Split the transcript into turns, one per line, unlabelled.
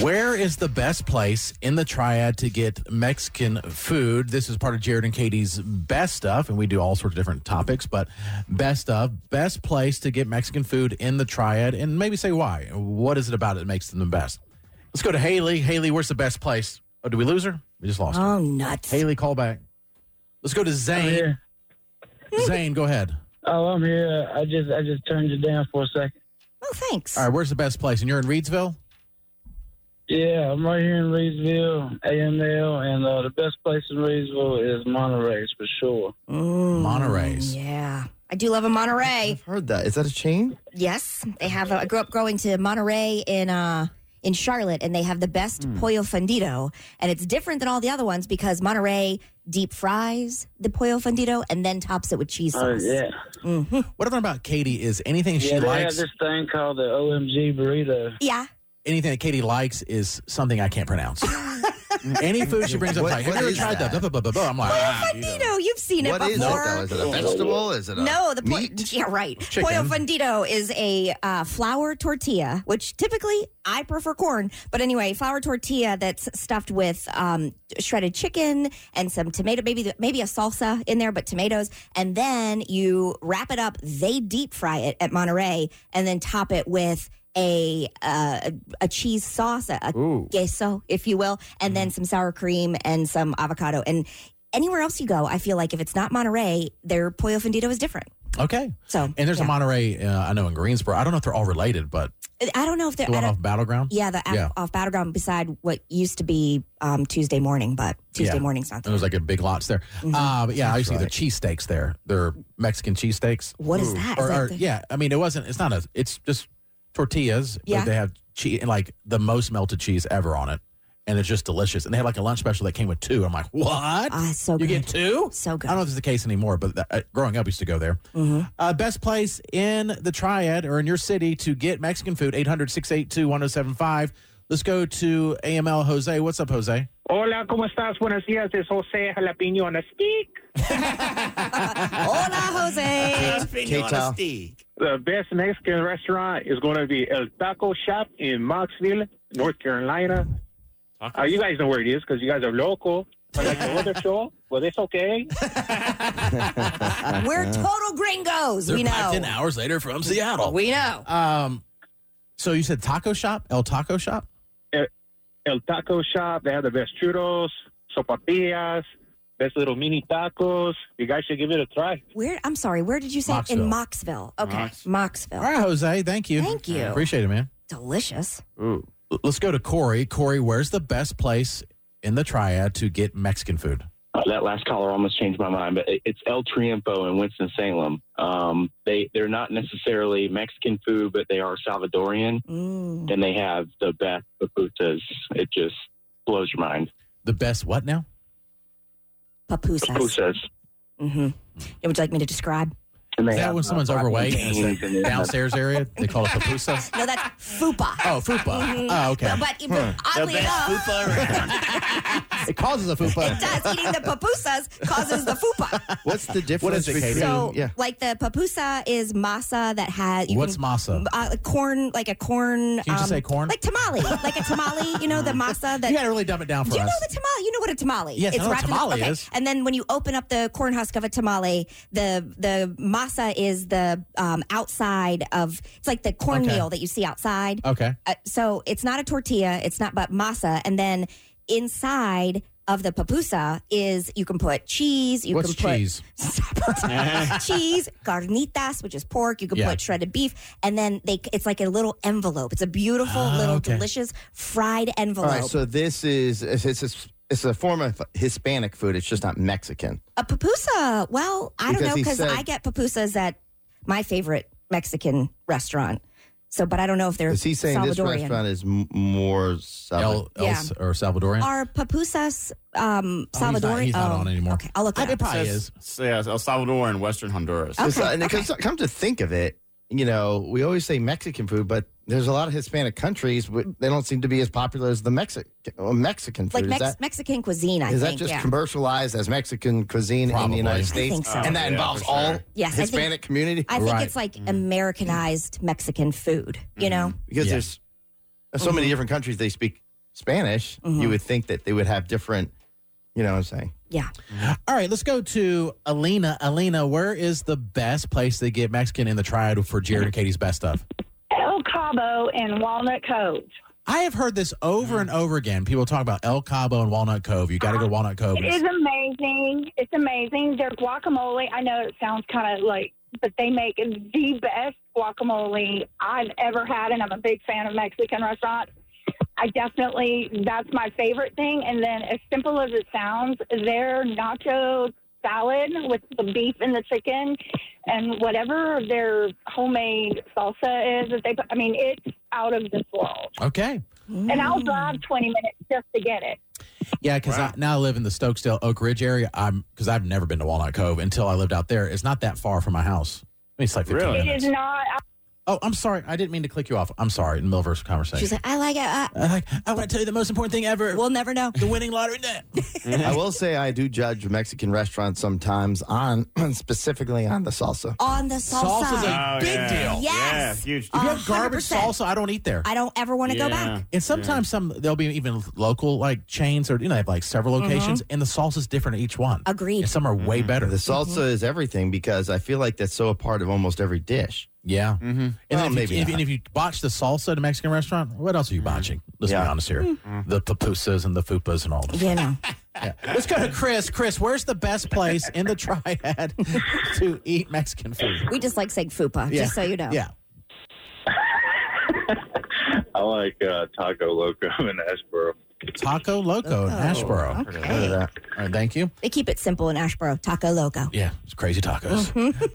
Where is the best place in the triad to get Mexican food? This is part of Jared and Katie's best stuff, and we do all sorts of different topics, but best of, best place to get Mexican food in the triad, and maybe say why. What is it about it that makes them the best? Let's go to Haley. Haley, where's the best place? Oh, did we lose her? We just lost her.
Oh, nuts.
Haley, call back. Let's go to Zane. Zane, go ahead.
Oh, I'm here. I just I just turned you down for a second.
Oh, thanks.
All right, where's the best place? And you're in Reedsville?
Yeah, I'm right here in Reedsville, AML, and uh, the best place in Reedsville is Monterey's for sure.
Mm,
Monterey's.
Yeah. I do love a Monterey.
I've heard that. Is that a chain?
Yes, they have. A, I grew up going to Monterey in uh in Charlotte, and they have the best pollo fundido, and it's different than all the other ones because Monterey deep fries the pollo fundido and then tops it with cheese
Oh
sauce.
yeah,
Mhm.
What I know about Katie is anything she
yeah. They have
likes,
this thing called the OMG burrito.
Yeah.
anything that Katie likes is something I can't pronounce. Any food she brings up,
What-
like, have
what
you ever
is
tried that?
that?
Blah, blah, blah, blah. I'm like, ah, you know.
Fundido, you've seen
What
it
is
before.
it though? Is it a vegetable? Is it a
No, the po-
meat?
yeah, right.
Chicken.
Pollo fundido is a uh, flour tortilla, which typically I prefer corn, but anyway, flour tortilla that's stuffed with um, shredded chicken and some tomato, maybe maybe a salsa in there, but tomatoes, and then you wrap it up. They deep fry it at Monterey, and then top it with. A uh, a cheese sauce, a a
Ooh.
queso, if you will, and then
Mm-hmm.
some sour cream and some avocado. And anywhere else you go, I feel like if it's not Monterey, their pollo fundido is different.
"Ah, Okay.
So
And there's
yeah.
a Monterey, uh, I know in Greensboro. I don't know if they're all related, but
I don't know if they're.
the
I
one
don't-
off Battleground.
yeah, the app
Yeah.
off battleground beside what used to be um, Tuesday morning, but Tuesday
Yeah. Uh,
morning's not
There
there.
was like a big lots there.
Mhm.
Uh, but yeah, I used to eat the
right.
cheesesteaks there. They're Mexican cheesesteaks.
What is
Ooh.
that? Is
Or,
that
or
the-
yeah, I mean, it wasn't, it's not a, it's just tortillas,
Yeah.
but they have cheese, and like the most melted cheese ever on it. And it's just delicious. And they had like a lunch special that came with two. I'm like, what?
Ah, so
you
good.
get two?
so good.
I don't know if it's the case anymore, but that, uh, growing up, I used to go there.
hmm
Uh, best place in the triad or in your city to get Mexican food, 800 682 1075. Let's go to AML Jose. What's up, Jose?
Hola, ¿cómo estás? Buenos días, es José Jalapeño on a stick.
Hola, Jose.
K-Town.
The best Mexican restaurant is going to be El Taco Shop in Moxville, North Carolina. Uh, you guys know where it is because you guys are local. But like the other show, well, it's okay.
We're
Uh,
total gringos. we know.
hours later from Seattle.
We know.
Um, so you said taco shop, El Taco Shop?
El Taco Shop, they have the best churros, sopapillas, best little mini tacos. You guys should give it a try.
Where? I'm sorry. Where did you say? In Moxville. Okay, Moxville.
All right, Jose. Thank you.
Thank you.
Appreciate it, man.
Delicious.
Ooh.
L- Let's go to Corey. Corey, where's the best place in the triad to get Mexican food?
Uh, that last caller almost changed my mind, but it- it's El Triunfo in Winston Salem. Um, they they're not necessarily Mexican food, but they are Salvadorian,
Mm.
and they have the best paputas. It just blows your mind.
The best what now?
Papusas.
Pupusas.
Mm-hmm. Would you like me to describe?
And they
Is that
have,
when someone's
uh,
overweight and
beans
it's
and they have-
the downstairs area? They call it papusa?
No, that's fupa.
Oh, fupa.
Mhm.
Oh, okay.
Well, but, but oddly enough,
It causes a
uh, it
fupa.
does. Eating the papusas causes the fupa.
What's the difference
What is it,
between
Katie?
So,
yeah.
like the papusa is masa that has you
What's
can,
masa?
uh, like corn, like a corn. um,
Can you just say corn?
Like tamale, like a tamale. You know the masa that.
You got to really dumb it down for
Do you know
us.
the tamale? You know what a tamale?
Yes, I know what
wrapped in
tamale
okay.
is.
And then when you open up the corn husk of a tamale, the the masa is the um, outside of. It's like the cornmeal that you see outside.
okay.
Uh, so it's not a tortilla, it's not but masa, and then inside of the papusa is you can put cheese, you
What's
can put
cheese?
Stop it. cheese, carnitas, which is pork, you can
Yeah.
put shredded beef, and then they it's like a little envelope. It's a beautiful
Ah,
little
okay.
delicious fried
All
envelope.
right, so this is it's, it's, it's a form of Hispanic food. It's just not Mexican.
a papusa. Well, I don't
Because
know
he
because
said-
I get papusas at my favorite Mexican restaurant. So, but I don't know if they're
Is he saying
Salvadorian.
this restaurant is m- more Salvador?
El, El,
Yeah.
or Salvadorian?
Are papusas um,
Oh, he's not-
Salvadorian?
he's not on anymore.
Okay, I'll look
I-
it
it
up.
probably is.
Says- so yeah, El Salvador and Western Honduras.
Okay,
It's not- and it
okay.
comes, come to think of it, you know, we always say Mexican food, but there's a lot of Hispanic countries. But they don't seem to be as popular as the Mexican Mexican food.
like
is
Mex-
that,
Mexican cuisine. I
is
think.
that just
yeah.
commercialized as Mexican cuisine in
Probably.
the United
I
States?
think so.
And that
Uh, Yeah,
involves
for sure.
all
Yes, I think-
Hispanic community
I think
Right. Mm.
it's like Americanized Mexican food. You know,
because
Yeah.
Mm-hmm.
there's so many different countries they speak Spanish, you would think that they would have different. You know what I'm saying?
Yeah.
All right, let's go to Alina. Alina, where is the best place to get Mexican in the triad for Jared and Katie's best stuff?
El Cabo and Walnut Cove.
I have heard this over and over again. People talk about El Cabo and Walnut Cove. You got to go to Walnut Cove.
It is amazing. It's amazing. Their guacamole, I know it sounds kind of like, but they make the best guacamole I've ever had, and I'm a big fan of Mexican restaurants. I definitely, that's my favorite thing. And then, as simple as it sounds, their nacho salad with the beef and the chicken and whatever their homemade salsa is that they put, I mean, it's out of this world.
Okay.
Mm-hmm. And I'll
Mm.
drive 20 minutes just to get it.
Yeah, because
Wow.
I now I live in the Stokesdale Oak Ridge area. I'm because I've never been to Walnut Cove until I lived out there. It's not that far from my house. I mean, it's like 15
Really?
It
minutes.
is not
Oh, I'm sorry. I didn't mean to click you off. I'm sorry. In the middle of our conversation,
She's like, I like it. Uh,
I like. I want to tell you the most important thing ever:
we'll never know.
the winning lottery net.
I will say I do judge Mexican restaurants sometimes on specifically on the salsa.
On the salsa.
Salsa's a-
Oh,
Big
yeah.
deal. Oh,
Yeah,
Yes.
huge.
If you
deal.
have garbage
100%.
salsa, I don't eat there.
I don't ever want to
Yeah.
go back.
And sometimes some there'll be even local like chains or you know they have like several
Mm-hmm.
locations and the salsa's different at each one.
Agreed.
And some are way better.
The salsa
Mm-hmm.
is everything because I feel like that's so a part of almost every dish.
Yeah.
Mm-hmm.
And
Well,
then if,
maybe
you, if,
not.
and if you botch the salsa at a Mexican restaurant, what else are you botching? Let's be
Yeah.
honest here. The pupusas and the fupas and all this.
You know.
Yeah. Mm-hmm. Let's go to Chris. Chris, where's the best place in the triad to eat Mexican food?
We just like saying fupa,
Yeah.
just so you know.
Yeah.
I like uh, Taco Loco in Ashboro.
Taco Loco in
Loco.
Ashboro.
Okay.
All right, thank you.
They keep it simple in Ashboro. Taco Loco.
Yeah, it's crazy tacos.